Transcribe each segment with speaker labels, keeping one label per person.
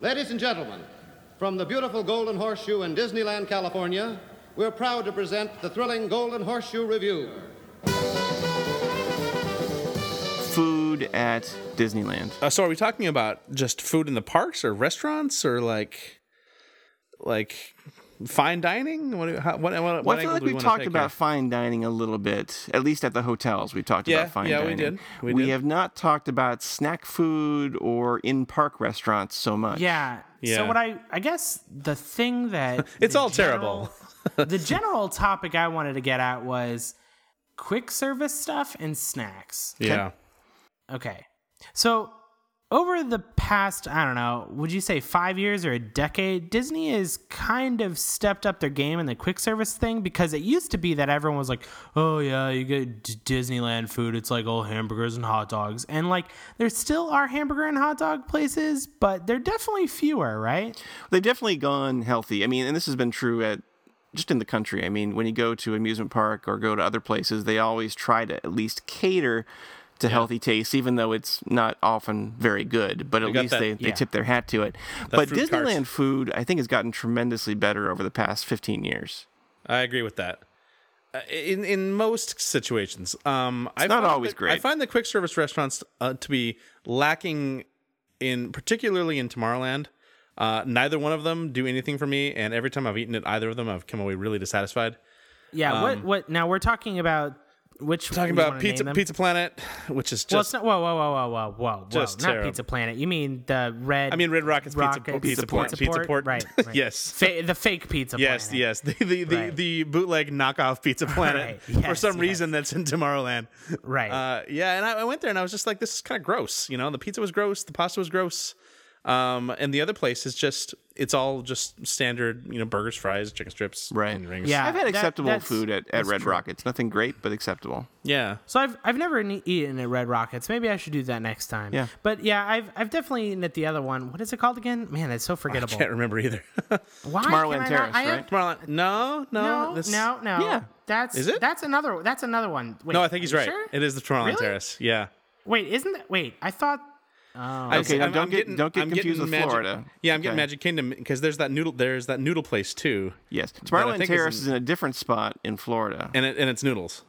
Speaker 1: Ladies and gentlemen, from the beautiful Golden Horseshoe in Disneyland, California, we're proud to present the thrilling Golden Horseshoe Review.
Speaker 2: Food at Disneyland.
Speaker 3: Uh, so are we talking about just food in the parks or restaurants or like like fine dining? What do- how, what, what,
Speaker 2: Well,
Speaker 3: what
Speaker 2: I feel
Speaker 3: angle
Speaker 2: like
Speaker 3: do we
Speaker 2: we've
Speaker 3: wanna
Speaker 2: talked
Speaker 3: take
Speaker 2: about
Speaker 3: here?
Speaker 2: fine dining a little bit, at least at the hotels. We've talked
Speaker 3: Yeah,
Speaker 2: about fine
Speaker 3: yeah, we
Speaker 2: dining.
Speaker 3: did. We did.
Speaker 2: have not talked about snack food or in park restaurants so much.
Speaker 4: Yeah.
Speaker 3: Yeah.
Speaker 4: So what I I guess the thing that
Speaker 3: It's
Speaker 4: the
Speaker 3: all terrible.
Speaker 4: general- the general topic I wanted to get at was quick service stuff and snacks.
Speaker 3: Yeah.
Speaker 4: Okay. So over the past, I don't know, would you say five years or a decade, Disney has kind of stepped up their game in the quick service thing because it used to be that everyone was like, oh, yeah, you get D- Disneyland food. It's like old hamburgers and hot dogs. And like, there still are hamburger and hot dog places, but they're definitely fewer, right?
Speaker 2: They've definitely gone healthy. I mean, and this has been true at just in the country. I mean, when you go to amusement park or go to other places, they always try to at least cater to healthy tastes, even though it's not often very good. But at
Speaker 3: got
Speaker 2: least
Speaker 3: that-
Speaker 2: they, they
Speaker 4: yeah.
Speaker 2: tip their hat to it. But
Speaker 3: fruit cart.
Speaker 2: Disneyland food, I think, has gotten tremendously better over the past 15 years.
Speaker 3: I agree with that. Uh, In in most situations, um, I
Speaker 2: not
Speaker 3: find
Speaker 2: always
Speaker 3: that- I
Speaker 2: great.
Speaker 3: find the quick service restaurants uh, to be lacking in, particularly in Tomorrowland. Uh, neither one of them do anything for me, and every time I've eaten at either of them, I've come away really dissatisfied.
Speaker 4: Yeah. what, what, now we're talking about which
Speaker 3: Um, Talking
Speaker 4: you
Speaker 3: about
Speaker 4: wanna name
Speaker 3: Pizza
Speaker 4: them?
Speaker 3: Pizza Planet, which is
Speaker 4: Well, it's
Speaker 3: just
Speaker 4: not, whoa, whoa, whoa, whoa, whoa, whoa, whoa!
Speaker 3: Just
Speaker 4: not
Speaker 3: terrible.
Speaker 4: Pizza Planet. You mean the red?
Speaker 3: I mean, Red Rocket's Pizza- Pizza Port- Pizza Port.
Speaker 4: Right. right.
Speaker 3: Yes.
Speaker 4: Fa- the fake Pizza
Speaker 3: yes,
Speaker 4: Planet.
Speaker 3: yes, the the, the,
Speaker 4: Right.
Speaker 3: the bootleg knockoff Pizza Planet
Speaker 4: Right,
Speaker 3: for
Speaker 4: yes,
Speaker 3: some
Speaker 4: yes.
Speaker 3: reason that's in Tomorrowland.
Speaker 4: Right.
Speaker 3: Uh, yeah, and I, I went there and I was just like, this is kind of gross. You know, the pizza was gross, the pasta was gross, um, and the other place is just it's all just standard, you know, burgers, fries, chicken strips,
Speaker 2: Right.
Speaker 3: and rings.
Speaker 4: Yeah.
Speaker 2: I've had
Speaker 4: that-
Speaker 2: acceptable
Speaker 4: that's-
Speaker 2: food at, at
Speaker 4: that's
Speaker 2: Red
Speaker 4: true.
Speaker 2: Rockets. Nothing great, but acceptable.
Speaker 3: yeah.
Speaker 4: So I've I've never ne- eaten at Red Rockets. Maybe I should do that next time.
Speaker 2: Yeah.
Speaker 4: But yeah, I've I've definitely eaten at the other one. What is it called again? Man, that's so
Speaker 3: I
Speaker 4: forgettable.
Speaker 3: can't remember either.
Speaker 2: Tomorrowland
Speaker 4: Why can I not-
Speaker 2: Terrace,
Speaker 4: I have-
Speaker 2: right?
Speaker 3: Tomorrowland? No, no,
Speaker 4: No,
Speaker 3: this-
Speaker 4: no, no.
Speaker 2: Yeah.
Speaker 4: That's
Speaker 3: Is it?
Speaker 4: That's another. That's another one. Wait,
Speaker 3: No, I think he's
Speaker 4: are
Speaker 3: right.
Speaker 4: you sure?
Speaker 3: It is the Tomorrowland
Speaker 4: Really?
Speaker 3: Terrace. Yeah.
Speaker 4: Wait, isn't that? Wait, I thought. Oh.
Speaker 3: I'm-
Speaker 2: Okay, now
Speaker 3: I'm-
Speaker 2: don't
Speaker 3: I'm
Speaker 2: get-
Speaker 3: getting-
Speaker 2: don't get
Speaker 3: I'm
Speaker 2: confused
Speaker 3: getting
Speaker 2: with
Speaker 3: Magic-
Speaker 2: Florida.
Speaker 3: Yeah, I'm
Speaker 2: Okay.
Speaker 3: getting Magic Kingdom because there's that noodle. There's that noodle place too,
Speaker 2: Yes.
Speaker 3: I
Speaker 2: Tomorrowland
Speaker 3: think is
Speaker 2: Terrace
Speaker 3: in-
Speaker 2: is in a different spot in Florida.
Speaker 3: and it, and it's noodles.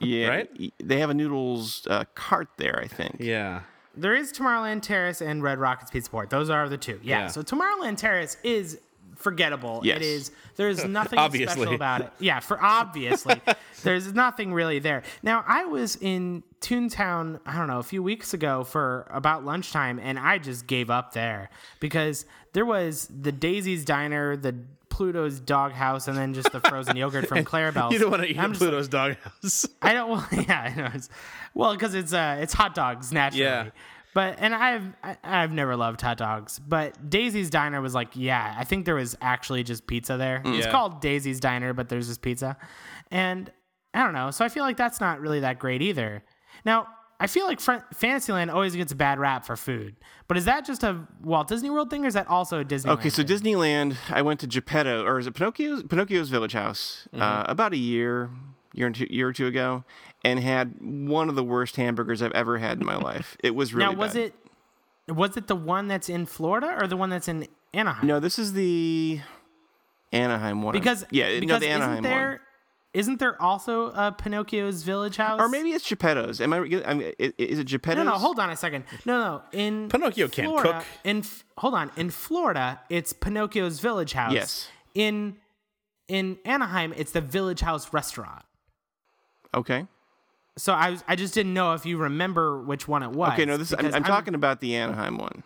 Speaker 2: yeah.
Speaker 3: right?
Speaker 2: y- They have a noodles uh, cart there, I think.
Speaker 3: Yeah.
Speaker 4: There is Tomorrowland Terrace and Red Rockets Pizza Port. Those are the two. Yeah.
Speaker 3: Yeah.
Speaker 4: So Tomorrowland Terrace is forgettable.
Speaker 2: Yes.
Speaker 4: It is. There's nothing
Speaker 3: Obviously.
Speaker 4: special about it. Yeah. For obviously, there's nothing really there. Now I was in Toontown. I don't know a few weeks ago for about lunchtime, and I just gave up there because there was the Daisy's Diner, the Pluto's Doghouse, and then just the frozen yogurt from Clarabelle's.
Speaker 3: You don't want to eat
Speaker 4: I'm
Speaker 3: at
Speaker 4: just like,
Speaker 3: Pluto's doghouse.
Speaker 4: I don't. Well, yeah, I know. It's, well, because it's uh, it's hot dogs naturally.
Speaker 3: Yeah.
Speaker 4: But and I've I, I've never loved hot dogs. But Daisy's Diner was like, yeah, I think there was actually just pizza there.
Speaker 2: Mm.
Speaker 4: It's
Speaker 3: Yeah.
Speaker 4: called Daisy's Diner, but there's just pizza, and I don't know. So I feel like that's not really that great either. Now I feel like Fr- Fantasyland always gets a bad rap for food, but is that just a Walt Disney World thing, or is that also a Disney?
Speaker 2: Okay, so Disneyland, I went to Geppetto, or is it Pinocchio's, Pinocchio's Village House, uh,
Speaker 4: Mm-hmm.
Speaker 2: about a year, year, and two, year or two ago, and had one of the worst hamburgers I've ever had in my life. It was really
Speaker 4: now was
Speaker 2: bad.
Speaker 4: it was it the one that's in Florida or the one that's in Anaheim?
Speaker 2: No, this is the Anaheim one.
Speaker 4: because
Speaker 2: yeah,
Speaker 4: because
Speaker 2: no, the Anaheim
Speaker 4: isn't there
Speaker 2: one.
Speaker 4: not there also a Pinocchio's Village House?
Speaker 2: Or maybe it's Geppetto's. Am I? I'm, i- i- is it Geppetto's?
Speaker 4: no, no. Hold on a second. No, no. In
Speaker 3: Pinocchio can't
Speaker 4: Florida,
Speaker 3: cook.
Speaker 4: In F- hold on. In Florida, it's Pinocchio's Village House.
Speaker 2: Yes.
Speaker 4: In in Anaheim, it's the Village House restaurant.
Speaker 2: Okay.
Speaker 4: So I was, I just didn't know if you remember which one it was.
Speaker 2: Okay. No, this. I'm,
Speaker 4: because
Speaker 2: I'm talking about the Anaheim one.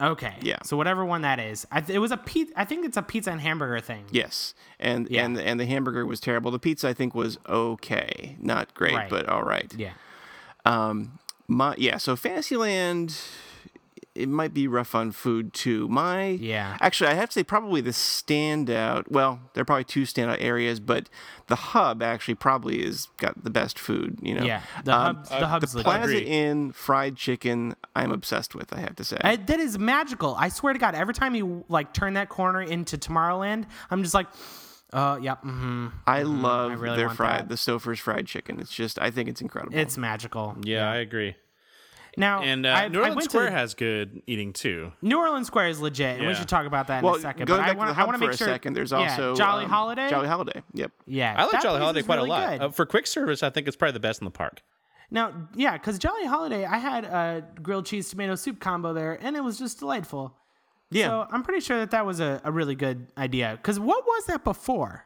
Speaker 4: Okay.
Speaker 2: Yeah.
Speaker 4: So whatever one that is, I, th- it was a pizza. I think it's a pizza and hamburger thing.
Speaker 2: Yes, and
Speaker 4: Yeah.
Speaker 2: and and the hamburger was terrible. The pizza I think was okay, not great,
Speaker 4: Right.
Speaker 2: but all right.
Speaker 4: Yeah.
Speaker 2: Um, my yeah. So Fantasyland, it might be rough on food too. My
Speaker 4: Yeah.
Speaker 2: Actually, I have to say probably the standout. Well, there are probably two standout areas, but the hub actually probably is got the best food. You know.
Speaker 4: Yeah. The
Speaker 2: Um,
Speaker 4: hub. The hub's
Speaker 2: the
Speaker 4: legit.
Speaker 2: Plaza
Speaker 3: Agreed.
Speaker 2: Inn fried chicken. I'm obsessed with. I have to say.
Speaker 4: I, that is magical. I swear to God, every time you like turn that corner into Tomorrowland, I'm just like, uh, yep, hmm
Speaker 2: I love
Speaker 4: really
Speaker 2: their
Speaker 4: want
Speaker 2: fried
Speaker 4: that.
Speaker 2: the Stouffer's fried chicken. It's just I think it's incredible.
Speaker 4: it's magical.
Speaker 3: Yeah, I agree.
Speaker 4: Now,
Speaker 3: And uh,
Speaker 4: I,
Speaker 3: New
Speaker 4: I
Speaker 3: Orleans
Speaker 4: went
Speaker 3: Square
Speaker 4: to the-
Speaker 3: has good eating too.
Speaker 4: New Orleans Square is legit, and we
Speaker 3: Yeah.
Speaker 4: should talk about that
Speaker 2: Well,
Speaker 4: in a second.
Speaker 2: going
Speaker 4: but
Speaker 2: back
Speaker 4: I wanna,
Speaker 2: to the
Speaker 4: I
Speaker 2: hub
Speaker 4: wanna
Speaker 2: for
Speaker 4: make
Speaker 2: a
Speaker 4: sure,
Speaker 2: second, there's
Speaker 4: yeah,
Speaker 2: also
Speaker 4: Jolly
Speaker 2: um,
Speaker 4: Holiday.
Speaker 2: Jolly Holiday. Yep.
Speaker 4: yeah,
Speaker 3: I like
Speaker 4: that
Speaker 3: Jolly
Speaker 4: place
Speaker 3: Holiday
Speaker 4: is
Speaker 3: quite
Speaker 4: really
Speaker 3: a lot.
Speaker 4: good.
Speaker 3: Uh, for quick service, I think it's probably the best in the park.
Speaker 4: Now, yeah, because Jolly Holiday, I had a grilled cheese tomato soup combo there, and it was just delightful.
Speaker 2: Yeah.
Speaker 4: So I'm pretty sure that that was a, a really good idea. Because what was that before?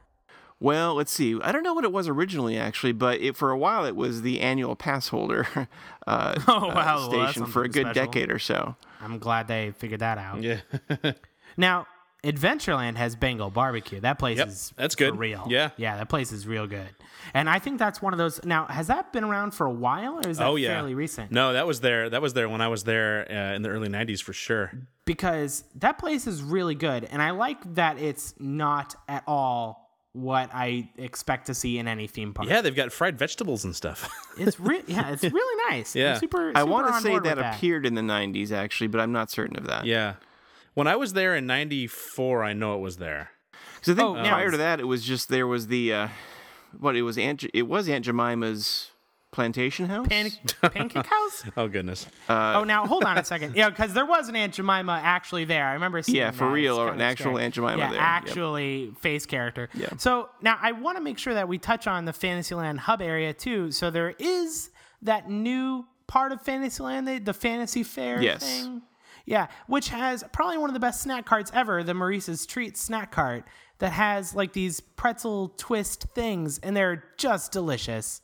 Speaker 2: Well, let's see. I don't know what it was originally, actually, but it, for a while it was the annual pass holder uh,
Speaker 4: Oh,
Speaker 2: uh,
Speaker 4: wow. Well, that's
Speaker 2: station for a
Speaker 4: something
Speaker 2: good
Speaker 4: special.
Speaker 2: decade or so.
Speaker 4: I'm glad they figured that out.
Speaker 3: Yeah,
Speaker 4: Now, Adventureland has Bengal barbecue. That place
Speaker 3: Yep,
Speaker 4: is
Speaker 3: that's
Speaker 4: for
Speaker 3: good.
Speaker 4: real.
Speaker 3: Yeah.
Speaker 4: yeah, that place is real good. And I think that's one of those. Now, has that been around for a while, or is that
Speaker 3: oh yeah,
Speaker 4: fairly recent?
Speaker 3: No, that was there. That was there when I was there uh, in the early '90s for sure.
Speaker 4: because that place is really good and i like that it's not at all what i expect to see in any theme park
Speaker 3: Yeah, they've got fried vegetables and stuff.
Speaker 4: it's re- yeah it's really nice
Speaker 3: Yeah.
Speaker 4: I'm super,
Speaker 2: I
Speaker 4: want to
Speaker 2: say that,
Speaker 4: that
Speaker 2: appeared in the 90s, actually, but I'm not certain of that.
Speaker 3: yeah, when I was there in '94, I know it was there.
Speaker 2: So I think
Speaker 4: Oh, now
Speaker 2: prior
Speaker 4: it's-
Speaker 2: to that, it was just there was the uh, what it was Aunt J- it was Aunt Jemima's plantation house.
Speaker 4: Pan- pancake house
Speaker 3: Oh goodness.
Speaker 2: Uh,
Speaker 4: oh now hold on a second yeah because there was an aunt jemima actually there i remember seeing
Speaker 2: Yeah, for
Speaker 4: that.
Speaker 2: real,
Speaker 4: It's
Speaker 2: or
Speaker 4: kind
Speaker 2: an
Speaker 4: of
Speaker 2: actual Aunt Jemima
Speaker 4: yeah,
Speaker 2: there. Yep.
Speaker 4: actually face character yeah so now i want to make sure that we touch on the fantasyland hub area too so there is that new part of fantasyland the, the fantasy fair
Speaker 2: Yes.
Speaker 4: thing yeah which has probably one of the best snack carts ever the maurice's treat snack cart that has like these pretzel twist things and they're just delicious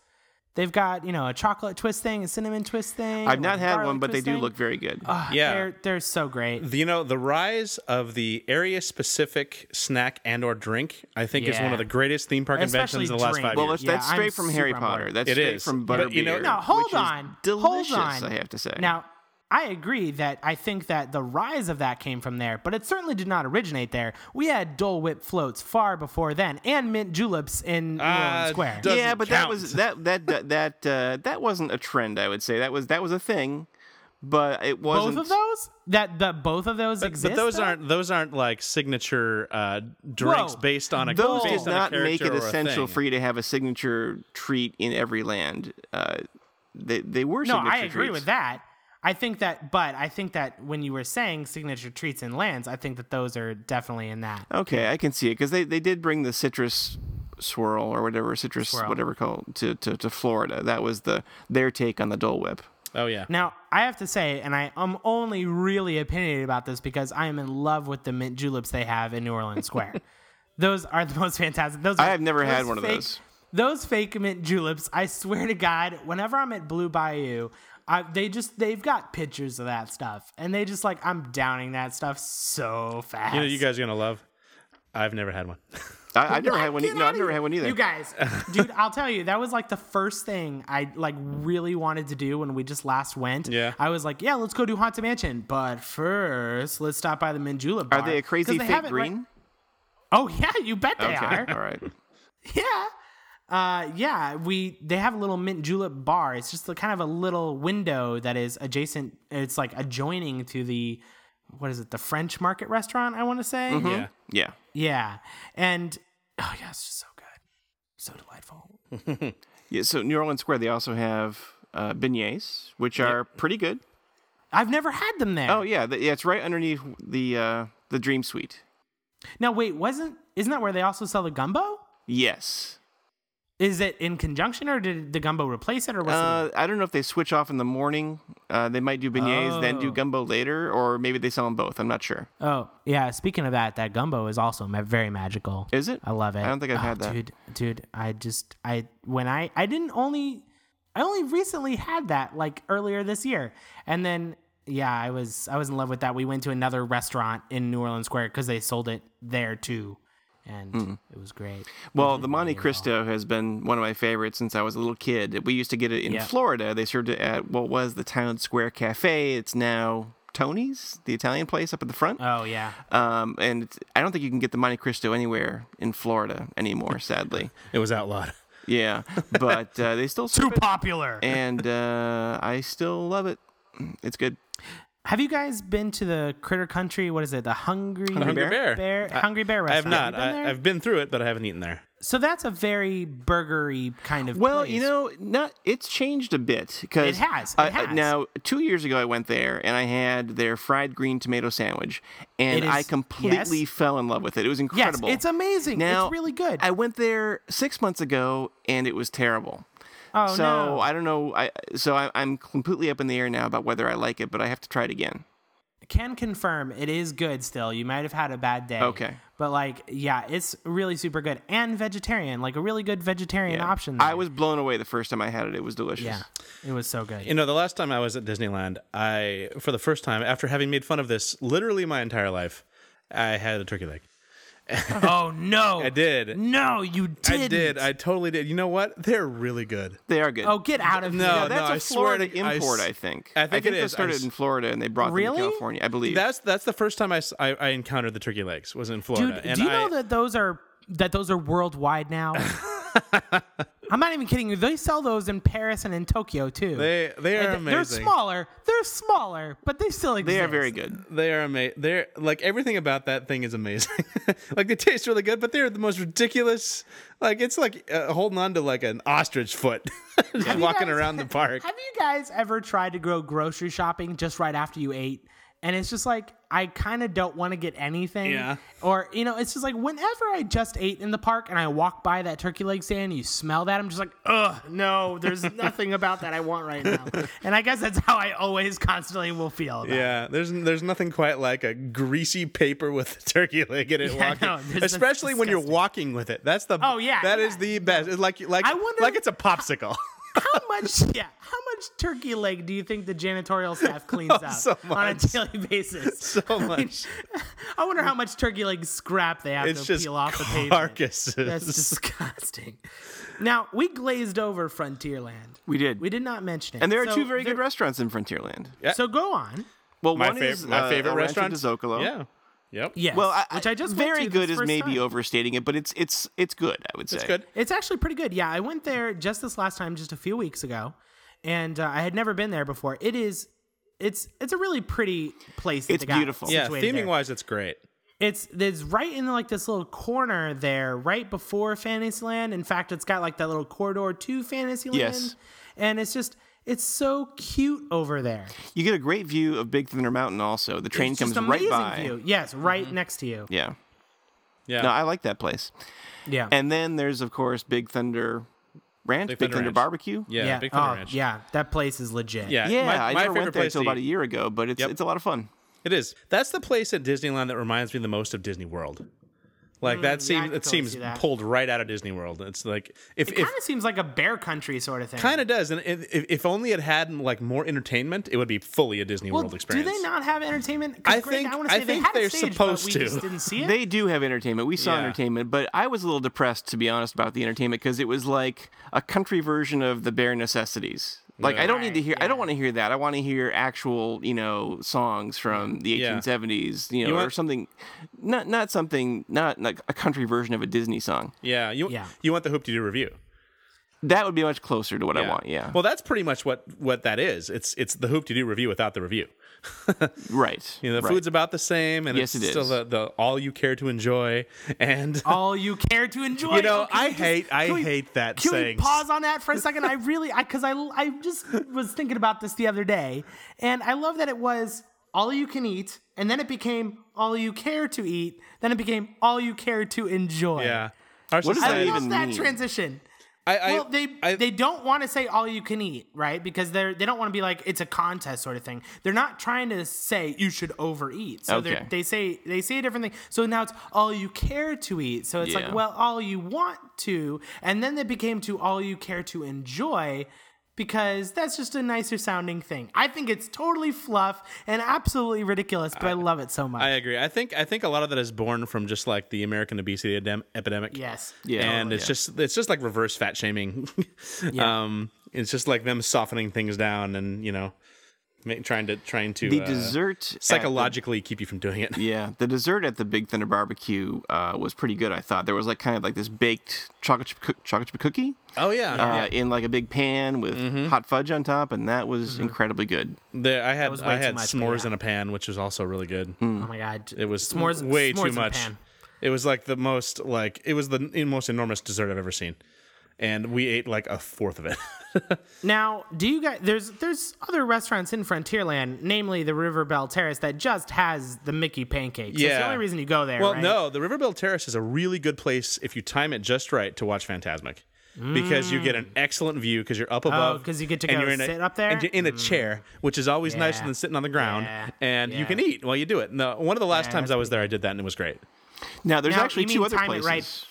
Speaker 4: They've got, you know, a chocolate twist thing, a cinnamon twist thing.
Speaker 2: I've not
Speaker 4: a
Speaker 2: had
Speaker 4: garlic
Speaker 2: one, but they
Speaker 4: twist
Speaker 2: do
Speaker 4: thing.
Speaker 2: look very good.
Speaker 3: Yeah.
Speaker 4: They're, they're so great.
Speaker 3: The- You know, the rise of the area specific snack and or drink, I think is
Speaker 4: Yeah.
Speaker 3: one of the greatest theme park
Speaker 4: Especially
Speaker 3: inventions of the last
Speaker 4: drink.
Speaker 3: five
Speaker 2: well,
Speaker 3: years.
Speaker 2: that's,
Speaker 4: yeah,
Speaker 2: that's
Speaker 4: I'm
Speaker 2: straight from Harry
Speaker 4: super on board.
Speaker 2: Potter. That's
Speaker 3: It
Speaker 2: straight
Speaker 3: is,
Speaker 2: from Butterbeer.
Speaker 3: but you know-
Speaker 4: Now, hold
Speaker 2: which is
Speaker 4: on.
Speaker 2: delicious,
Speaker 4: hold on.
Speaker 2: I have to say.
Speaker 4: Now, I agree that I think that the rise of that came from there, but it certainly did not originate there. We had Dole Whip floats far before then, and mint juleps in New Orleans
Speaker 3: Ah,
Speaker 4: Square.
Speaker 3: duh.
Speaker 2: yeah,
Speaker 3: doesn't
Speaker 2: but that was that that that that, uh, that wasn't a trend. I would say that was that was a thing, but it wasn't.
Speaker 4: both of those that that both of those exist.
Speaker 3: but those
Speaker 4: though?
Speaker 3: aren't those aren't like signature uh, drinks
Speaker 4: Whoa.
Speaker 3: based on a
Speaker 2: Those
Speaker 3: based
Speaker 2: did
Speaker 3: on a
Speaker 2: not make
Speaker 3: character
Speaker 2: it
Speaker 3: or a
Speaker 2: essential
Speaker 3: thing.
Speaker 2: for you to have a signature treat in every land. Uh, they they were
Speaker 4: No,
Speaker 2: signature
Speaker 4: I agree
Speaker 2: treats.
Speaker 4: with that. I think that, but I think that when you were saying signature treats and lands, I think that those are definitely in that.
Speaker 2: Okay, I can see it because they, they did bring the citrus swirl or whatever citrus
Speaker 4: Swirl.
Speaker 2: whatever called to, to, to Florida. That was the their take on the Dole Whip.
Speaker 3: Oh yeah.
Speaker 4: Now, I have to say, and I am only really opinionated about this because I am in love with the mint juleps they have in New Orleans Square. those are the most fantastic. Those
Speaker 2: I
Speaker 4: are-
Speaker 2: have never had
Speaker 4: those
Speaker 2: one of
Speaker 4: fake-
Speaker 2: those.
Speaker 4: Those fake mint juleps, I swear to God, whenever I'm at Blue Bayou, I, they just they've got pictures of that stuff, and they just like I'm downing that stuff so fast.
Speaker 3: You know, you guys are gonna love. I've never had one.
Speaker 2: I, I've never had one. e-
Speaker 4: Get
Speaker 2: No,
Speaker 4: out
Speaker 2: I've
Speaker 4: of
Speaker 2: never
Speaker 4: here.
Speaker 2: had one either.
Speaker 4: You guys, dude, I'll tell you, that was like the first thing I like really wanted to do when we just last went.
Speaker 3: Yeah.
Speaker 4: I was like, yeah, let's go do Haunted Mansion, but first let's stop by the Manjula Bar.
Speaker 2: Are they a
Speaker 4: 'Cause
Speaker 2: crazy
Speaker 4: have
Speaker 2: fake
Speaker 4: it right-
Speaker 2: green?
Speaker 4: oh yeah, you bet they
Speaker 2: okay,
Speaker 4: are.
Speaker 2: all right.
Speaker 4: Yeah. Uh, yeah, we they have a little mint julep bar. It's just the kind of a little window that is adjacent. It's like adjoining to the what is it? The French Market restaurant, I want to say.
Speaker 3: Yeah.
Speaker 2: Yeah.
Speaker 4: Yeah, and oh yeah, it's just so good, so delightful.
Speaker 2: Yeah. So New Orleans Square, they also have uh, beignets, which are pretty good.
Speaker 4: I've never had them there.
Speaker 2: Oh yeah, th- yeah. It's right underneath the uh, the Dream Suite.
Speaker 4: Now wait, wasn't isn't that where they also sell the gumbo?
Speaker 2: Yes.
Speaker 4: Is it in conjunction or did the gumbo replace it or was
Speaker 2: Uh, I don't know if they switch off in the morning. Uh, they might do beignets, then do
Speaker 4: Oh.
Speaker 2: gumbo later, or maybe they sell them both. I'm not sure.
Speaker 4: it? Oh yeah. Speaking of that, that gumbo is also ma- very magical.
Speaker 2: Is it?
Speaker 4: I love it.
Speaker 2: I don't think I've
Speaker 4: Oh,
Speaker 2: had that.
Speaker 4: dude. Dude, I just I when I I didn't only I only recently had that like earlier this year, and then yeah, I was I was in love with that. We went to another restaurant in New Orleans Square because they sold it there too, and it was great.
Speaker 2: Hmm. Well, the Monte Cristo has been one of my favorites since I was a little kid. We used to get it in
Speaker 4: Yeah.
Speaker 2: Florida. They served it at what was the Town Square Cafe. It's now Tony's, the Italian place up at the front.
Speaker 4: Oh yeah.
Speaker 2: um, and it's, I don't think you can get the Monte Cristo anywhere in Florida anymore, sadly.
Speaker 3: It was outlawed.
Speaker 2: yeah, but uh, they still serve
Speaker 4: Too
Speaker 2: it,
Speaker 4: popular.
Speaker 2: and uh, I still love it. It's good.
Speaker 4: Have you guys been to the Critter Country? What is it? The Hungry,
Speaker 3: Hungry
Speaker 2: Bear?
Speaker 3: Bear.
Speaker 4: Bear- Hungry Bear
Speaker 3: I have
Speaker 4: restaurant.
Speaker 3: not.
Speaker 4: Have you been
Speaker 3: I,
Speaker 4: there?
Speaker 3: I've been through it, but I haven't eaten there.
Speaker 4: So that's a very burgery kind of.
Speaker 2: Well,
Speaker 4: place.
Speaker 2: you know, not it's changed a bit because
Speaker 4: It has, it
Speaker 2: uh, uh,
Speaker 4: has.
Speaker 2: Now, two years ago, I went there and I had their fried green tomato sandwich, and
Speaker 4: It
Speaker 2: I
Speaker 4: is-
Speaker 2: completely
Speaker 4: yes.
Speaker 2: fell in love with it. It was incredible.
Speaker 4: it's amazing. It's
Speaker 2: Now,
Speaker 4: really good.
Speaker 2: I went there six months ago, and it was terrible.
Speaker 4: Oh
Speaker 2: so
Speaker 4: no!
Speaker 2: I don't know. I so I, I'm completely up in the air now about whether I like it, but I have to try it again.
Speaker 4: Can confirm it is good. Still, you might have had a bad day.
Speaker 2: Okay.
Speaker 4: But like, yeah, it's really super good and vegetarian. Like a really good vegetarian
Speaker 2: Yeah.
Speaker 4: option.
Speaker 2: I
Speaker 4: there.
Speaker 2: was blown away the first time I had it. It was delicious.
Speaker 4: Yeah, it was so good.
Speaker 3: You know, the last time I was at Disneyland, I, for the first time, after having made fun of this literally my entire life, I had a turkey leg.
Speaker 4: oh no! I
Speaker 3: did.
Speaker 4: No, you did.
Speaker 3: I did. I totally did. You know what? They're really good.
Speaker 2: They are good.
Speaker 4: oh, get out of
Speaker 3: No,
Speaker 4: here!
Speaker 2: Now, that's
Speaker 3: no,
Speaker 2: a
Speaker 3: I swear
Speaker 2: Florida
Speaker 3: to- I s-
Speaker 2: import, I think.
Speaker 3: I think it
Speaker 2: they
Speaker 3: is. I
Speaker 2: started
Speaker 3: s-
Speaker 2: in Florida and they brought them
Speaker 4: Really?
Speaker 2: to California, I believe.
Speaker 3: That's that's the first time I, s- I- I encountered the turkey legs was in Florida.
Speaker 4: Dude,
Speaker 3: and
Speaker 4: do you
Speaker 3: I,
Speaker 4: know that those are that those are worldwide now? I'm not even kidding you. They sell those in Paris and in Tokyo too.
Speaker 3: They they are
Speaker 4: And th-
Speaker 3: amazing.
Speaker 4: they're smaller. They're smaller, but they still exist.
Speaker 2: they are very good.
Speaker 3: They are amazing. They're like everything about that thing is amazing. like they taste really good, but they're the most ridiculous. Like it's like uh, holding on to like an ostrich foot, just
Speaker 4: Have you
Speaker 3: walking
Speaker 4: guys-
Speaker 3: around the park.
Speaker 4: Have you guys ever tried to go grocery shopping just right after you ate? And it's just like I kind of don't want to get anything.
Speaker 3: Yeah.
Speaker 4: Or you know, it's just like whenever I just ate in the park and I walk by that turkey leg stand, and you smell that, I'm just like, ugh, no, there's nothing about that I want right now. And I guess that's how I always constantly will feel. About it.
Speaker 3: Yeah, there's there's nothing quite like a greasy paper with a turkey leg in it
Speaker 4: Yeah, I
Speaker 3: walking,
Speaker 4: know. There's- that's
Speaker 3: especiely when you're
Speaker 4: disgusting.
Speaker 3: walking with it. That's the
Speaker 4: Oh, yeah,
Speaker 3: that
Speaker 4: yeah.
Speaker 3: is the best. It's like like
Speaker 4: I wonder-
Speaker 3: like it's a popsicle.
Speaker 4: How much? Yeah. How much turkey leg do you think the janitorial staff cleans out
Speaker 3: so
Speaker 4: on a
Speaker 3: much.
Speaker 4: daily basis?
Speaker 3: so much.
Speaker 4: I wonder how much turkey leg scrap they have
Speaker 3: It's
Speaker 4: to
Speaker 3: just
Speaker 4: peel off the pavement.
Speaker 3: carcasses.
Speaker 4: That's disgusting. Now we glazed over Frontierland.
Speaker 2: We did.
Speaker 4: We did not mention it.
Speaker 2: And there are
Speaker 4: So
Speaker 2: two very
Speaker 4: there-
Speaker 2: good restaurants in Frontierland.
Speaker 4: So go on.
Speaker 2: Well,
Speaker 3: my,
Speaker 2: one
Speaker 3: fav-
Speaker 2: is
Speaker 3: my
Speaker 2: uh,
Speaker 3: favorite
Speaker 2: El Rancho
Speaker 3: restaurant
Speaker 2: de Zocalo.
Speaker 3: Yeah. Yep.
Speaker 4: Yes.
Speaker 2: Well, I,
Speaker 4: which I just went
Speaker 2: very
Speaker 4: to
Speaker 2: good
Speaker 4: this
Speaker 2: is
Speaker 4: first
Speaker 2: maybe
Speaker 4: time.
Speaker 2: overstating it, but it's it's it's good. I would say
Speaker 3: It's good.
Speaker 4: It's actually pretty good. Yeah, I went there just this last time, just a few weeks ago, and uh, I had never been there before. It is, it's it's a really pretty place. That
Speaker 2: It's
Speaker 4: they got
Speaker 2: beautiful.
Speaker 3: Yeah,
Speaker 4: situated
Speaker 3: theming
Speaker 4: there.
Speaker 3: wise, it's great.
Speaker 4: it's it's right in like this little corner there, right before Fantasyland. In fact, it's got like that little corridor to Fantasyland.
Speaker 2: Yes.
Speaker 4: And it's just it's so cute over there.
Speaker 2: You get a great view of Big Thunder Mountain. Also, the train
Speaker 4: It's
Speaker 2: comes
Speaker 4: just
Speaker 2: right
Speaker 4: amazing
Speaker 2: by.
Speaker 4: view. Yes, right
Speaker 3: Mm-hmm.
Speaker 4: next to you.
Speaker 2: Yeah.
Speaker 3: Yeah.
Speaker 2: No, I like that place.
Speaker 4: Yeah.
Speaker 2: And then there's of course Big Thunder Ranch, Big,
Speaker 3: Thunder
Speaker 2: Thunder
Speaker 3: Ranch.
Speaker 2: Barbecue.
Speaker 3: yeah,
Speaker 4: yeah.
Speaker 3: Big Thunder
Speaker 4: oh,
Speaker 3: Ranch.
Speaker 4: yeah, that place is legit.
Speaker 3: Yeah,
Speaker 2: Yeah,
Speaker 3: my,
Speaker 2: I never
Speaker 3: my favorite
Speaker 2: went there
Speaker 3: place
Speaker 2: until
Speaker 3: to
Speaker 2: about a
Speaker 3: eat.
Speaker 2: year ago, but it's
Speaker 3: Yep.
Speaker 2: it's a lot of fun.
Speaker 3: It is. That's the place at Disneyland that reminds me the most of Disney World. Like that
Speaker 4: Mm, yeah,
Speaker 3: seems
Speaker 4: I can
Speaker 3: it
Speaker 4: totally
Speaker 3: seems
Speaker 4: see that.
Speaker 3: pulled right out of Disney World. It's like if
Speaker 4: It
Speaker 3: if
Speaker 4: kind of seems like a bear country sort of thing.
Speaker 3: kind of does, and if, if- if only it had like more entertainment, it would be fully a Disney
Speaker 4: Well,
Speaker 3: World experience.
Speaker 4: do they not have entertainment? 'Cause
Speaker 3: I
Speaker 4: Greg,
Speaker 3: think-
Speaker 4: I, wanna
Speaker 3: I
Speaker 4: say they
Speaker 3: think
Speaker 4: had a
Speaker 3: they're
Speaker 4: stage,
Speaker 3: supposed
Speaker 4: but
Speaker 3: to.
Speaker 4: We just didn't see it.
Speaker 2: They do have entertainment. We saw
Speaker 3: Yeah.
Speaker 2: entertainment, but I was a little depressed to be honest about the entertainment because it was like a country version of the bare necessities. Like I don't need to
Speaker 4: Right,
Speaker 2: hear. I don't want to hear that. I want to hear actual, you know, songs from the
Speaker 3: Yeah.
Speaker 2: 1870s, you know,
Speaker 3: want-
Speaker 2: or something. Not not something. Not like a country version of a Disney song.
Speaker 3: yeah, you
Speaker 4: Yeah.
Speaker 3: you want the Hoop to do review.
Speaker 2: That would be much closer to what I want. Yeah.
Speaker 3: Well, that's pretty much what what that is. It's it's the Hoop to do review without the review.
Speaker 2: right.
Speaker 3: You know, the
Speaker 2: right.
Speaker 3: food's about the same, and
Speaker 2: Yes,
Speaker 3: it's
Speaker 2: it
Speaker 3: still
Speaker 2: is.
Speaker 3: the, the all you care to enjoy. And
Speaker 4: all you care to enjoy.
Speaker 3: You know,
Speaker 4: Oh, can
Speaker 3: I
Speaker 4: we just-
Speaker 3: hate- I
Speaker 4: can we-
Speaker 3: hate that
Speaker 4: Can
Speaker 3: saying.
Speaker 4: we pause on that for a second? I really, I because I, I just was thinking about this the other day, and I love that it was all you can eat, and then it became all you care to eat, then it became all you care to enjoy.
Speaker 3: yeah, our
Speaker 2: What does that
Speaker 4: I
Speaker 3: society-
Speaker 4: love
Speaker 2: even
Speaker 4: that
Speaker 2: mean?
Speaker 4: transition.
Speaker 3: I, I,
Speaker 4: well, they
Speaker 3: I,
Speaker 4: they don't want to say all you can eat, right? Because they're they don't want to be like it's a contest sort of thing. They're not trying to say you should overeat. So they're
Speaker 2: Okay.
Speaker 4: they say they say a different thing. So now it's all you care to eat. So it's
Speaker 2: Yeah.
Speaker 4: like well, all you want to, and then they became to all you care to enjoy. Because that's just a nicer sounding thing. I think it's totally fluff and absolutely ridiculous, but I, love it so much.
Speaker 3: I agree. I think I think a lot of that is born from just like the American obesity edem- epidemic.
Speaker 4: yes.
Speaker 2: Yeah.
Speaker 3: and it's
Speaker 2: yeah.
Speaker 3: just it's just like reverse fat shaming.
Speaker 4: Yeah.
Speaker 3: um, it's just like them softening things down and you know, ma- trying to trying to
Speaker 2: the
Speaker 3: uh,
Speaker 2: dessert at the-
Speaker 3: psychologically keep you from doing it.
Speaker 2: Yeah, the dessert at the Big Thunder Barbecue uh, was pretty good. I thought there was like kind of like this baked chocolate chip, cook- chocolate chip cookie
Speaker 3: Oh yeah,
Speaker 2: uh, in like a big pan with hot fudge on top, and that was incredibly good.
Speaker 3: There- I had
Speaker 4: was way
Speaker 3: I
Speaker 4: too
Speaker 3: had
Speaker 4: much, but
Speaker 3: s'mores
Speaker 4: yeah.
Speaker 2: Hmm.
Speaker 3: in a pan, which was also really good.
Speaker 4: Oh my god.
Speaker 3: It was
Speaker 4: s'mores.
Speaker 3: way
Speaker 4: s'mores
Speaker 3: too
Speaker 4: in a
Speaker 3: much.
Speaker 4: pan.
Speaker 3: It was like the most like it was the most enormous dessert I've ever seen, and we ate like a fourth of it.
Speaker 4: Now, do you guys? There's there's other restaurants in Frontierland, namely the Riverbell Terrace, that just has the Mickey pancakes. That's the only reason you go there.
Speaker 3: Well,
Speaker 4: right?
Speaker 3: no, the Riverbell Terrace is a really good place if you time it just right to watch Fantasmic. Because you get an excellent view because you're up above.
Speaker 4: Mm. Oh, 'cause you get to
Speaker 3: and
Speaker 4: go
Speaker 3: you're in a-
Speaker 4: sit up there? Mm.
Speaker 3: And you're in a chair, which is always nicer
Speaker 4: Yeah.
Speaker 3: than sitting on the ground.
Speaker 4: Yeah.
Speaker 3: And you
Speaker 4: Yeah.
Speaker 3: can eat while you do it. No, one of the last
Speaker 4: Yeah,
Speaker 3: times
Speaker 4: that's
Speaker 3: I was there, I did that and it was great.
Speaker 2: Now there's
Speaker 4: Now,
Speaker 2: actually
Speaker 4: you
Speaker 2: two
Speaker 4: mean
Speaker 2: other
Speaker 4: time it
Speaker 2: places.
Speaker 4: right.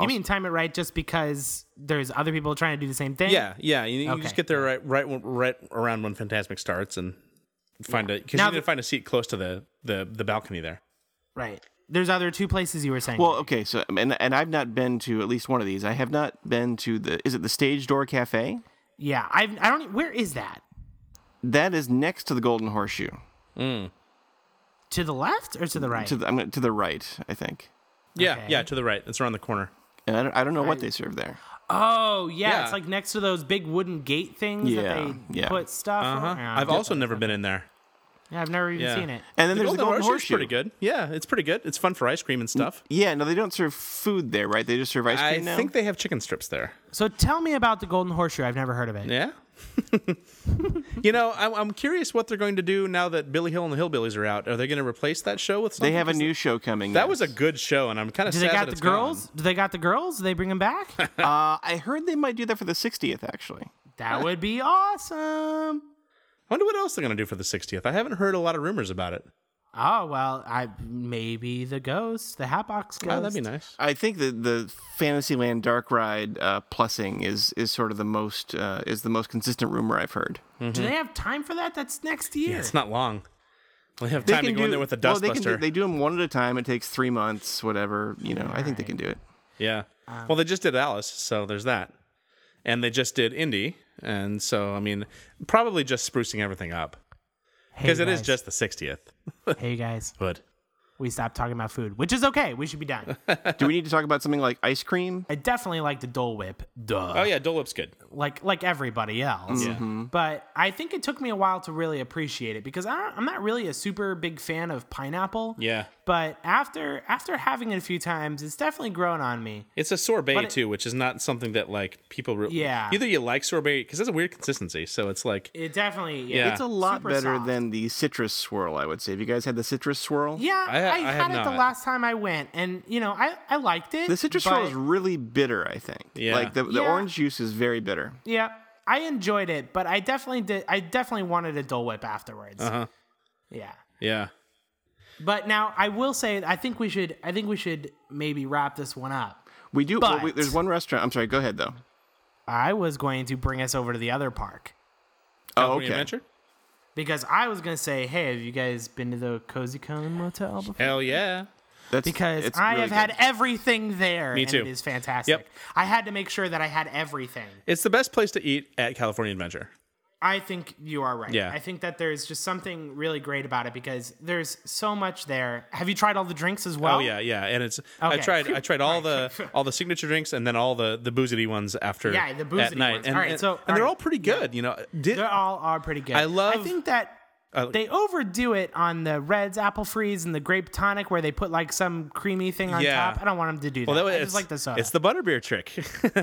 Speaker 4: You mean time it right just because there's other people trying to do the same thing?
Speaker 3: Yeah, yeah. You, you
Speaker 4: Okay.
Speaker 3: just get there right, right, when- right around when Fantasmic starts and find a because you
Speaker 4: Now
Speaker 3: need to
Speaker 4: the-
Speaker 3: find a seat close to the the, the balcony there.
Speaker 4: Right. There's other two places you were saying.
Speaker 2: Well, okay, so and and I've not been to at least one of these. I have not been to the is it the Stage Door Cafe?
Speaker 4: yeah. I've, I don't. e, Where is that?
Speaker 2: That is next to the Golden Horseshoe.
Speaker 4: To the left or to the right?
Speaker 2: To the, I'm gonna, to the right, I think.
Speaker 3: Yeah,
Speaker 4: Okay.
Speaker 3: yeah, to the right. It's around the corner.
Speaker 2: And I don't, I don't know what they serve there.
Speaker 4: oh, yeah,
Speaker 3: Yeah.
Speaker 4: It's like next to those big wooden gate things
Speaker 2: Yeah,
Speaker 4: that they
Speaker 2: yeah.
Speaker 4: put stuff.
Speaker 3: Uh huh.
Speaker 4: on. Yeah,
Speaker 3: I've also never been in there.
Speaker 4: Yeah, I've never even
Speaker 3: Yeah.
Speaker 4: seen it.
Speaker 2: And then there's the Golden Horseshoe.
Speaker 3: Pretty good. Yeah, it's pretty good. It's fun for ice cream and stuff.
Speaker 2: Yeah, no, they don't serve food there, right? They just serve ice cream
Speaker 3: Mm. I
Speaker 2: now.
Speaker 3: think they have chicken strips there.
Speaker 4: So tell me about the Golden Horseshoe. I've never heard of it.
Speaker 3: Yeah. you know, I'm, I'm curious what they're going to do now that Billy Hill and the Hillbillies are out. Are they going to replace that show with something?
Speaker 2: They have a
Speaker 3: 'Cause
Speaker 2: new show coming.
Speaker 3: That
Speaker 2: yes.
Speaker 3: was a good show, and I'm kind of
Speaker 4: Do
Speaker 3: sad
Speaker 4: they got
Speaker 3: that
Speaker 4: the
Speaker 3: it's gone.
Speaker 4: girls? Do they got the girls? Do they bring them back?
Speaker 2: Uh, I heard they might do that for the 60th, actually.
Speaker 4: that would be awesome.
Speaker 3: I wonder what else they're going to do for the 60th. I haven't heard a lot of rumors about it.
Speaker 4: Oh well, I maybe the ghost, the Hatbox ghost.
Speaker 3: Oh, that'd be nice.
Speaker 2: I think that the Fantasyland Dark Ride uh, plussing is is sort of the most uh, is the most consistent rumor I've heard.
Speaker 4: Do they have time for that? That's next year.
Speaker 3: Mm-hmm. Yeah, it's not long. They have time to go in there with a
Speaker 2: well,
Speaker 3: dust
Speaker 2: they, can do,
Speaker 3: buster.
Speaker 2: they do them one at a time. It takes three months, whatever. You know, I think they can do it.
Speaker 3: yeah. well, they just did Alice, so there's that. And they just did Indie, and so I mean, probably just sprucing everything up because it is just the 60th.
Speaker 4: Hey guys,
Speaker 3: But
Speaker 4: we stopped talking about food, which is okay. We should be done.
Speaker 2: Do we need to talk about something like ice cream?
Speaker 4: I definitely like the Dole Whip. Duh.
Speaker 3: oh yeah, Dole Whip's good.
Speaker 4: Like like everybody else.
Speaker 2: Mm-hmm.
Speaker 4: But I think it took me a while to really appreciate it because I don't, I'm not really a super big fan of pineapple.
Speaker 3: Yeah.
Speaker 4: But after after having it a few times, it's definitely grown on me.
Speaker 3: It's a sorbet
Speaker 4: it-
Speaker 3: too, which is not something that like people. Re-
Speaker 4: Yeah.
Speaker 3: Either you like sorbet because it's a weird consistency, so it's like
Speaker 4: It definitely
Speaker 3: Yeah.
Speaker 4: yeah.
Speaker 2: It's a lot
Speaker 4: Super
Speaker 2: better
Speaker 4: soft.
Speaker 2: than the citrus swirl, I would say. Have you guys had the citrus swirl?
Speaker 4: Yeah,
Speaker 3: I
Speaker 4: I,
Speaker 3: ha- I have
Speaker 4: had it the
Speaker 3: not.
Speaker 4: last time I went, and you know, I, I liked it.
Speaker 2: The citrus
Speaker 4: but-
Speaker 2: swirl is really bitter, I think.
Speaker 3: Yeah.
Speaker 2: Like the, the
Speaker 4: Yeah.
Speaker 2: orange juice is very bitter.
Speaker 4: yeah, I enjoyed it, but I definitely did. I definitely wanted a Dole Whip afterwards.
Speaker 3: Uh-huh.
Speaker 4: Yeah,
Speaker 3: yeah,
Speaker 4: but now I will say, I think we should. I think we should maybe wrap this one up.
Speaker 2: We do. well, we,
Speaker 4: But-
Speaker 2: there's one restaurant. I'm sorry. Go ahead though.
Speaker 4: I was going to bring us over to the other park
Speaker 2: Oh,
Speaker 3: California
Speaker 2: okay.
Speaker 3: Adventure?
Speaker 4: because I was going to say, hey, have you guys been to the Cozy Cone Motel before?
Speaker 3: Hell yeah.
Speaker 2: That's
Speaker 4: Because
Speaker 2: it's
Speaker 4: I
Speaker 2: really
Speaker 4: have
Speaker 2: good.
Speaker 4: had everything there.
Speaker 3: Me
Speaker 4: and
Speaker 3: too.
Speaker 4: It is fantastic.
Speaker 3: Yep.
Speaker 4: I had to make sure that I had everything.
Speaker 3: It's the best place to eat at California Adventure.
Speaker 4: I think you are right.
Speaker 3: Yeah.
Speaker 4: I think that there's just something really great about it because there's so much there. Have you tried all the drinks as well?
Speaker 3: Oh yeah, yeah, and it's I
Speaker 4: Okay.
Speaker 3: tried I tried all the all the signature drinks and then all the the boozity ones after
Speaker 4: Yeah, the
Speaker 3: at
Speaker 4: boozity
Speaker 3: night.
Speaker 4: ones.
Speaker 3: And,
Speaker 4: All right,
Speaker 3: and-
Speaker 4: so-
Speaker 3: and they're
Speaker 4: all
Speaker 3: all pretty good, you know. Did,
Speaker 4: They all are pretty good.
Speaker 3: I love-
Speaker 4: I think that they overdo it on the Reds apple freeze and the grape tonic where they put like some creamy thing on
Speaker 3: Yeah.
Speaker 4: top. I don't want them to do that.
Speaker 3: well, that was,
Speaker 4: I
Speaker 3: it's,
Speaker 4: just like the soda.
Speaker 3: it's the butterbeer trick.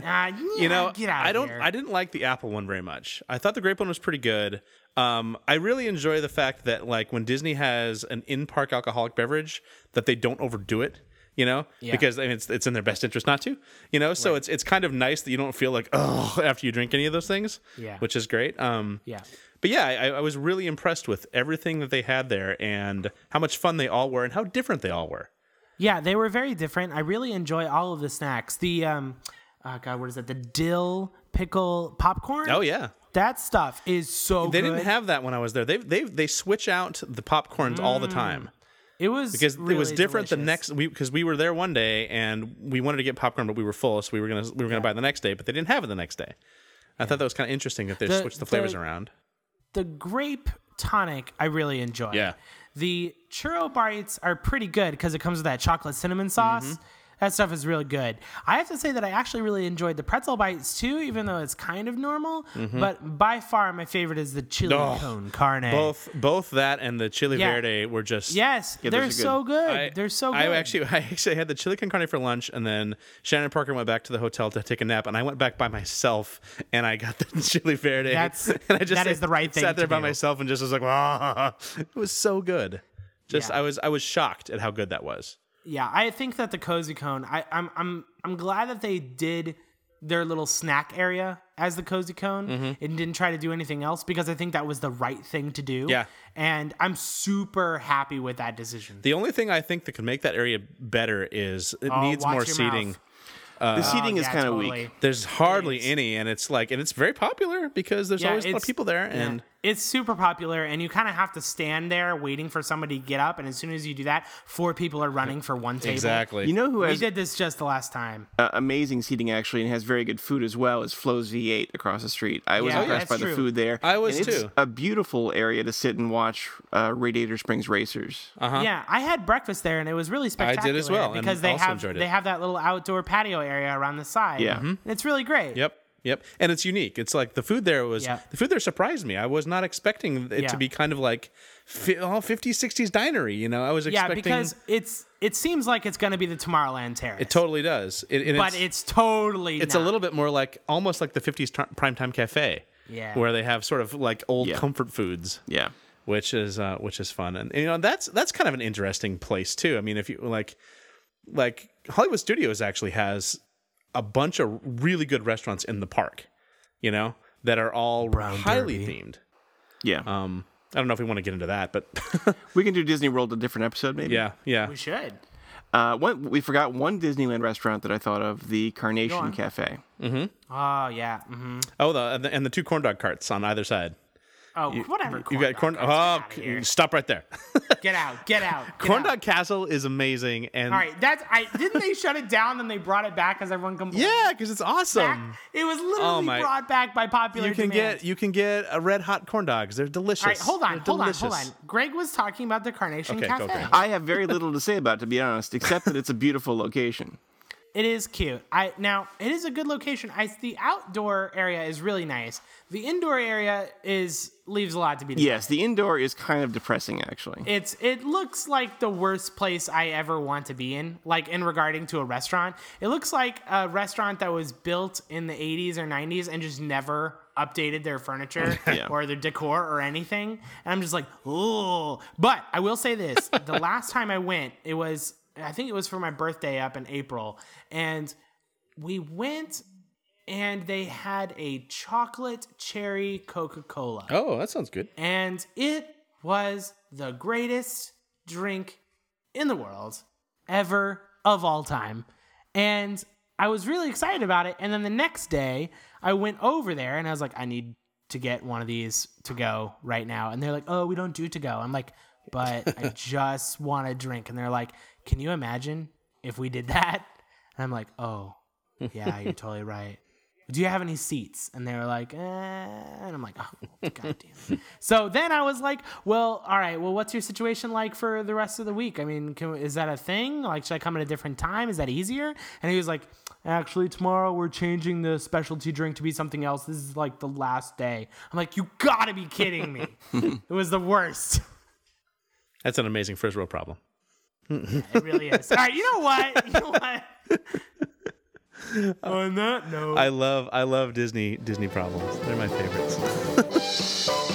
Speaker 4: Ah, yeah,
Speaker 3: you know,
Speaker 4: get out of
Speaker 3: I don't
Speaker 4: here.
Speaker 3: I didn't like the apple one very much. I thought the grape one was pretty good. Um, I really enjoy the fact that like when Disney has an in-park alcoholic beverage that they don't overdo it, you know? Because I mean, it's it's in their best interest not to, you know? So it's it's kind of nice that you don't feel like oh after you drink any of those things,
Speaker 4: Yeah.
Speaker 3: which is great. Um
Speaker 4: yeah.
Speaker 3: But yeah, I, I was really impressed with everything that they had there and how much fun they all were and how different they all were.
Speaker 4: Yeah, they were very different. I really enjoy all of the snacks. The um oh god, what is that? The dill pickle popcorn?
Speaker 3: Oh yeah.
Speaker 4: That stuff is so
Speaker 3: They
Speaker 4: good.
Speaker 3: didn't have that when I was there. They they they switch out the popcorns all the time.
Speaker 4: it was
Speaker 3: because it was
Speaker 4: Mm, really
Speaker 3: different the
Speaker 4: delicious.
Speaker 3: next we because we were there one day and we wanted to get popcorn but we were full so we were gonna we were gonna buy it the next day but they didn't have it the next day. I thought that was kind of interesting that they
Speaker 4: The-
Speaker 3: switched the flavors
Speaker 4: the-
Speaker 3: around.
Speaker 4: the grape tonic I really enjoy.
Speaker 3: Yeah. Mm-hmm.
Speaker 4: The churro bites are pretty good because it comes with that chocolate cinnamon sauce. That stuff is really good. I have to say that I actually really enjoyed the pretzel bites too, even though it's kind of normal.
Speaker 3: Mm-hmm.
Speaker 4: But by far, my favorite is the chili
Speaker 3: Oh,
Speaker 4: cone carne.
Speaker 3: Both both that and the chili
Speaker 4: Yeah.
Speaker 3: verde were just
Speaker 4: Yes,
Speaker 2: Yeah,
Speaker 4: they're
Speaker 2: those are
Speaker 4: so good.
Speaker 3: I-
Speaker 4: they're so good.
Speaker 3: I actually, I actually had the chili con carne for lunch, and then Shannon Parker went back to the hotel to take a nap, and I went back by myself, and I got the chili verde.
Speaker 4: That's-
Speaker 3: and I just like,
Speaker 4: that is the right thing
Speaker 3: Sat there
Speaker 4: to
Speaker 3: by
Speaker 4: do.
Speaker 3: myself and just was like, "Wah." it was so good. Just
Speaker 4: Yeah.
Speaker 3: I was I was shocked at how good that was.
Speaker 4: Yeah, I think that the cozy cone. I, I'm I'm I'm glad that they did their little snack area as the cozy cone
Speaker 3: Mm-hmm.
Speaker 4: and didn't try to do anything else because I think that was the right thing to do.
Speaker 3: Yeah.
Speaker 4: and I'm super happy with that decision.
Speaker 3: The only thing I think that could make that area better is it
Speaker 4: Oh,
Speaker 3: needs
Speaker 4: watch
Speaker 3: more
Speaker 4: your
Speaker 3: seating.
Speaker 4: mouth.
Speaker 2: the seating
Speaker 4: Oh,
Speaker 2: is
Speaker 4: yeah,
Speaker 2: kind of
Speaker 4: totally.
Speaker 2: weak.
Speaker 3: There's hardly any, and it's like, and it's very popular because there's
Speaker 4: Yeah,
Speaker 3: always a lot of
Speaker 4: it's-
Speaker 3: people there,
Speaker 4: yeah.
Speaker 3: and
Speaker 4: it's super popular, and you kind of have to stand there waiting for somebody to get up. And as soon as you do that, four people are running for one table.
Speaker 3: exactly.
Speaker 2: You know who
Speaker 4: We
Speaker 2: has
Speaker 4: did this just the last time.
Speaker 2: uh, amazing seating actually and has very good food as well is Flo's V8 across the street. I was
Speaker 4: Yeah,
Speaker 2: impressed
Speaker 4: that's
Speaker 2: by the
Speaker 4: true.
Speaker 2: food there.
Speaker 3: I was
Speaker 2: And it's
Speaker 3: too.
Speaker 2: A beautiful area to sit and watch uh, Radiator Springs Racers.
Speaker 3: Uh,
Speaker 4: Yeah, I had breakfast there, and it was really
Speaker 3: Uh-huh. did as
Speaker 4: spectacular.
Speaker 3: well, and
Speaker 4: because they
Speaker 3: also
Speaker 4: have
Speaker 3: enjoyed it.
Speaker 4: they have that little outdoor patio area around the side.
Speaker 2: Yeah. Mhm.
Speaker 4: And it's really great.
Speaker 3: Yep. Yep. And it's unique. It's like the food there was
Speaker 4: Yeah.
Speaker 3: the food there surprised me. I was not expecting it
Speaker 4: Yeah.
Speaker 3: to be kind of like fi- all 50s 60s dinery, you know. I was
Speaker 4: Yeah,
Speaker 3: expecting
Speaker 4: because it's it seems like it's going to be the Tomorrowland Terrace,
Speaker 3: it totally does. It, and
Speaker 4: but
Speaker 3: it's,
Speaker 4: it's, totally
Speaker 3: it's a
Speaker 4: not.
Speaker 3: little bit more like almost like the 50s t- primetime cafe.
Speaker 4: Yeah.
Speaker 3: Where they have sort of like old
Speaker 2: Yeah.
Speaker 3: comfort foods.
Speaker 2: Yeah.
Speaker 3: Which is uh, which is fun. And, and, you know that's that's kind of an interesting place too. I mean, if you like like Hollywood Studios actually has a bunch of really good restaurants in the park, you know, that are all highly themed.
Speaker 2: Yeah.
Speaker 3: Um, I don't know if we want to get into that, but
Speaker 2: we can do Disney World a different episode maybe.
Speaker 3: yeah, yeah.
Speaker 4: We should.
Speaker 2: Uh, one, we forgot one Disneyland restaurant that I thought of, the Carnation
Speaker 4: on.
Speaker 2: Cafe.
Speaker 4: Oh yeah. hmm
Speaker 3: Oh, the and the, and the two corn dog carts on either side.
Speaker 4: Oh whatever.
Speaker 3: You got corn.
Speaker 4: dog
Speaker 3: Oh,
Speaker 4: carts, get outta here.
Speaker 3: stop right there.
Speaker 4: Get out. Get out. Get
Speaker 3: corn
Speaker 4: out.
Speaker 3: dog castle is amazing, and
Speaker 4: All right. That's I didn't they shut it down and they brought it back as everyone complained.
Speaker 3: yeah, because it's awesome.
Speaker 4: Back? It was literally
Speaker 3: Oh my-
Speaker 4: brought back by popular
Speaker 3: You can
Speaker 4: demand.
Speaker 3: get you can get a red hot corn dogs. They're delicious.
Speaker 4: All right, hold on,
Speaker 3: They're
Speaker 4: hold on,
Speaker 3: delicious.
Speaker 4: hold on. Greg was talking about the Carnation
Speaker 3: Okay,
Speaker 4: Cafe.
Speaker 3: go, Greg.
Speaker 2: I have very little to say about it, to be honest, except that it's a beautiful location.
Speaker 4: It is cute. I now it is a good location. I the outdoor area is really nice. The indoor area is leaves a lot to be desired.
Speaker 2: Yes, the indoor is kind of depressing, actually.
Speaker 4: It's it looks like the worst place I ever want to be in, like in regarding to a restaurant. It looks like a restaurant that was built in the 80s or 90s and just never updated their furniture
Speaker 2: Yeah.
Speaker 4: or their decor or anything. And I'm just like, "Oh." But I will say this, the last time I went, it was I think it was for my birthday up in April, and we went and they had a chocolate cherry Coca-Cola
Speaker 3: Oh, that sounds good.
Speaker 4: and it was the greatest drink in the world ever of all time. And I was really excited about it. And then the next day, I went over there and I was like, I need to get one of these to go right now. And they're like, Oh, we don't do to go. I'm like, But I just want a drink. And they're like, Can you imagine if we did that? And I'm like, Oh, yeah, you're totally right do you have any seats? And they were like, eh. and I'm like, oh, god damn. so then I was like, well, all right, well, what's your situation like for the rest of the week? I mean, can, is that a thing? Like, should I come at a different time? Is that easier? And he was like, actually, tomorrow we're changing the specialty drink to be something else. This is like the last day. I'm like, you gotta be kidding me. it was the worst.
Speaker 3: That's an amazing first world problem.
Speaker 4: It really is. All right, you know what? You know what? On that note.
Speaker 3: I love I love Disney Disney problems. They're my favorites.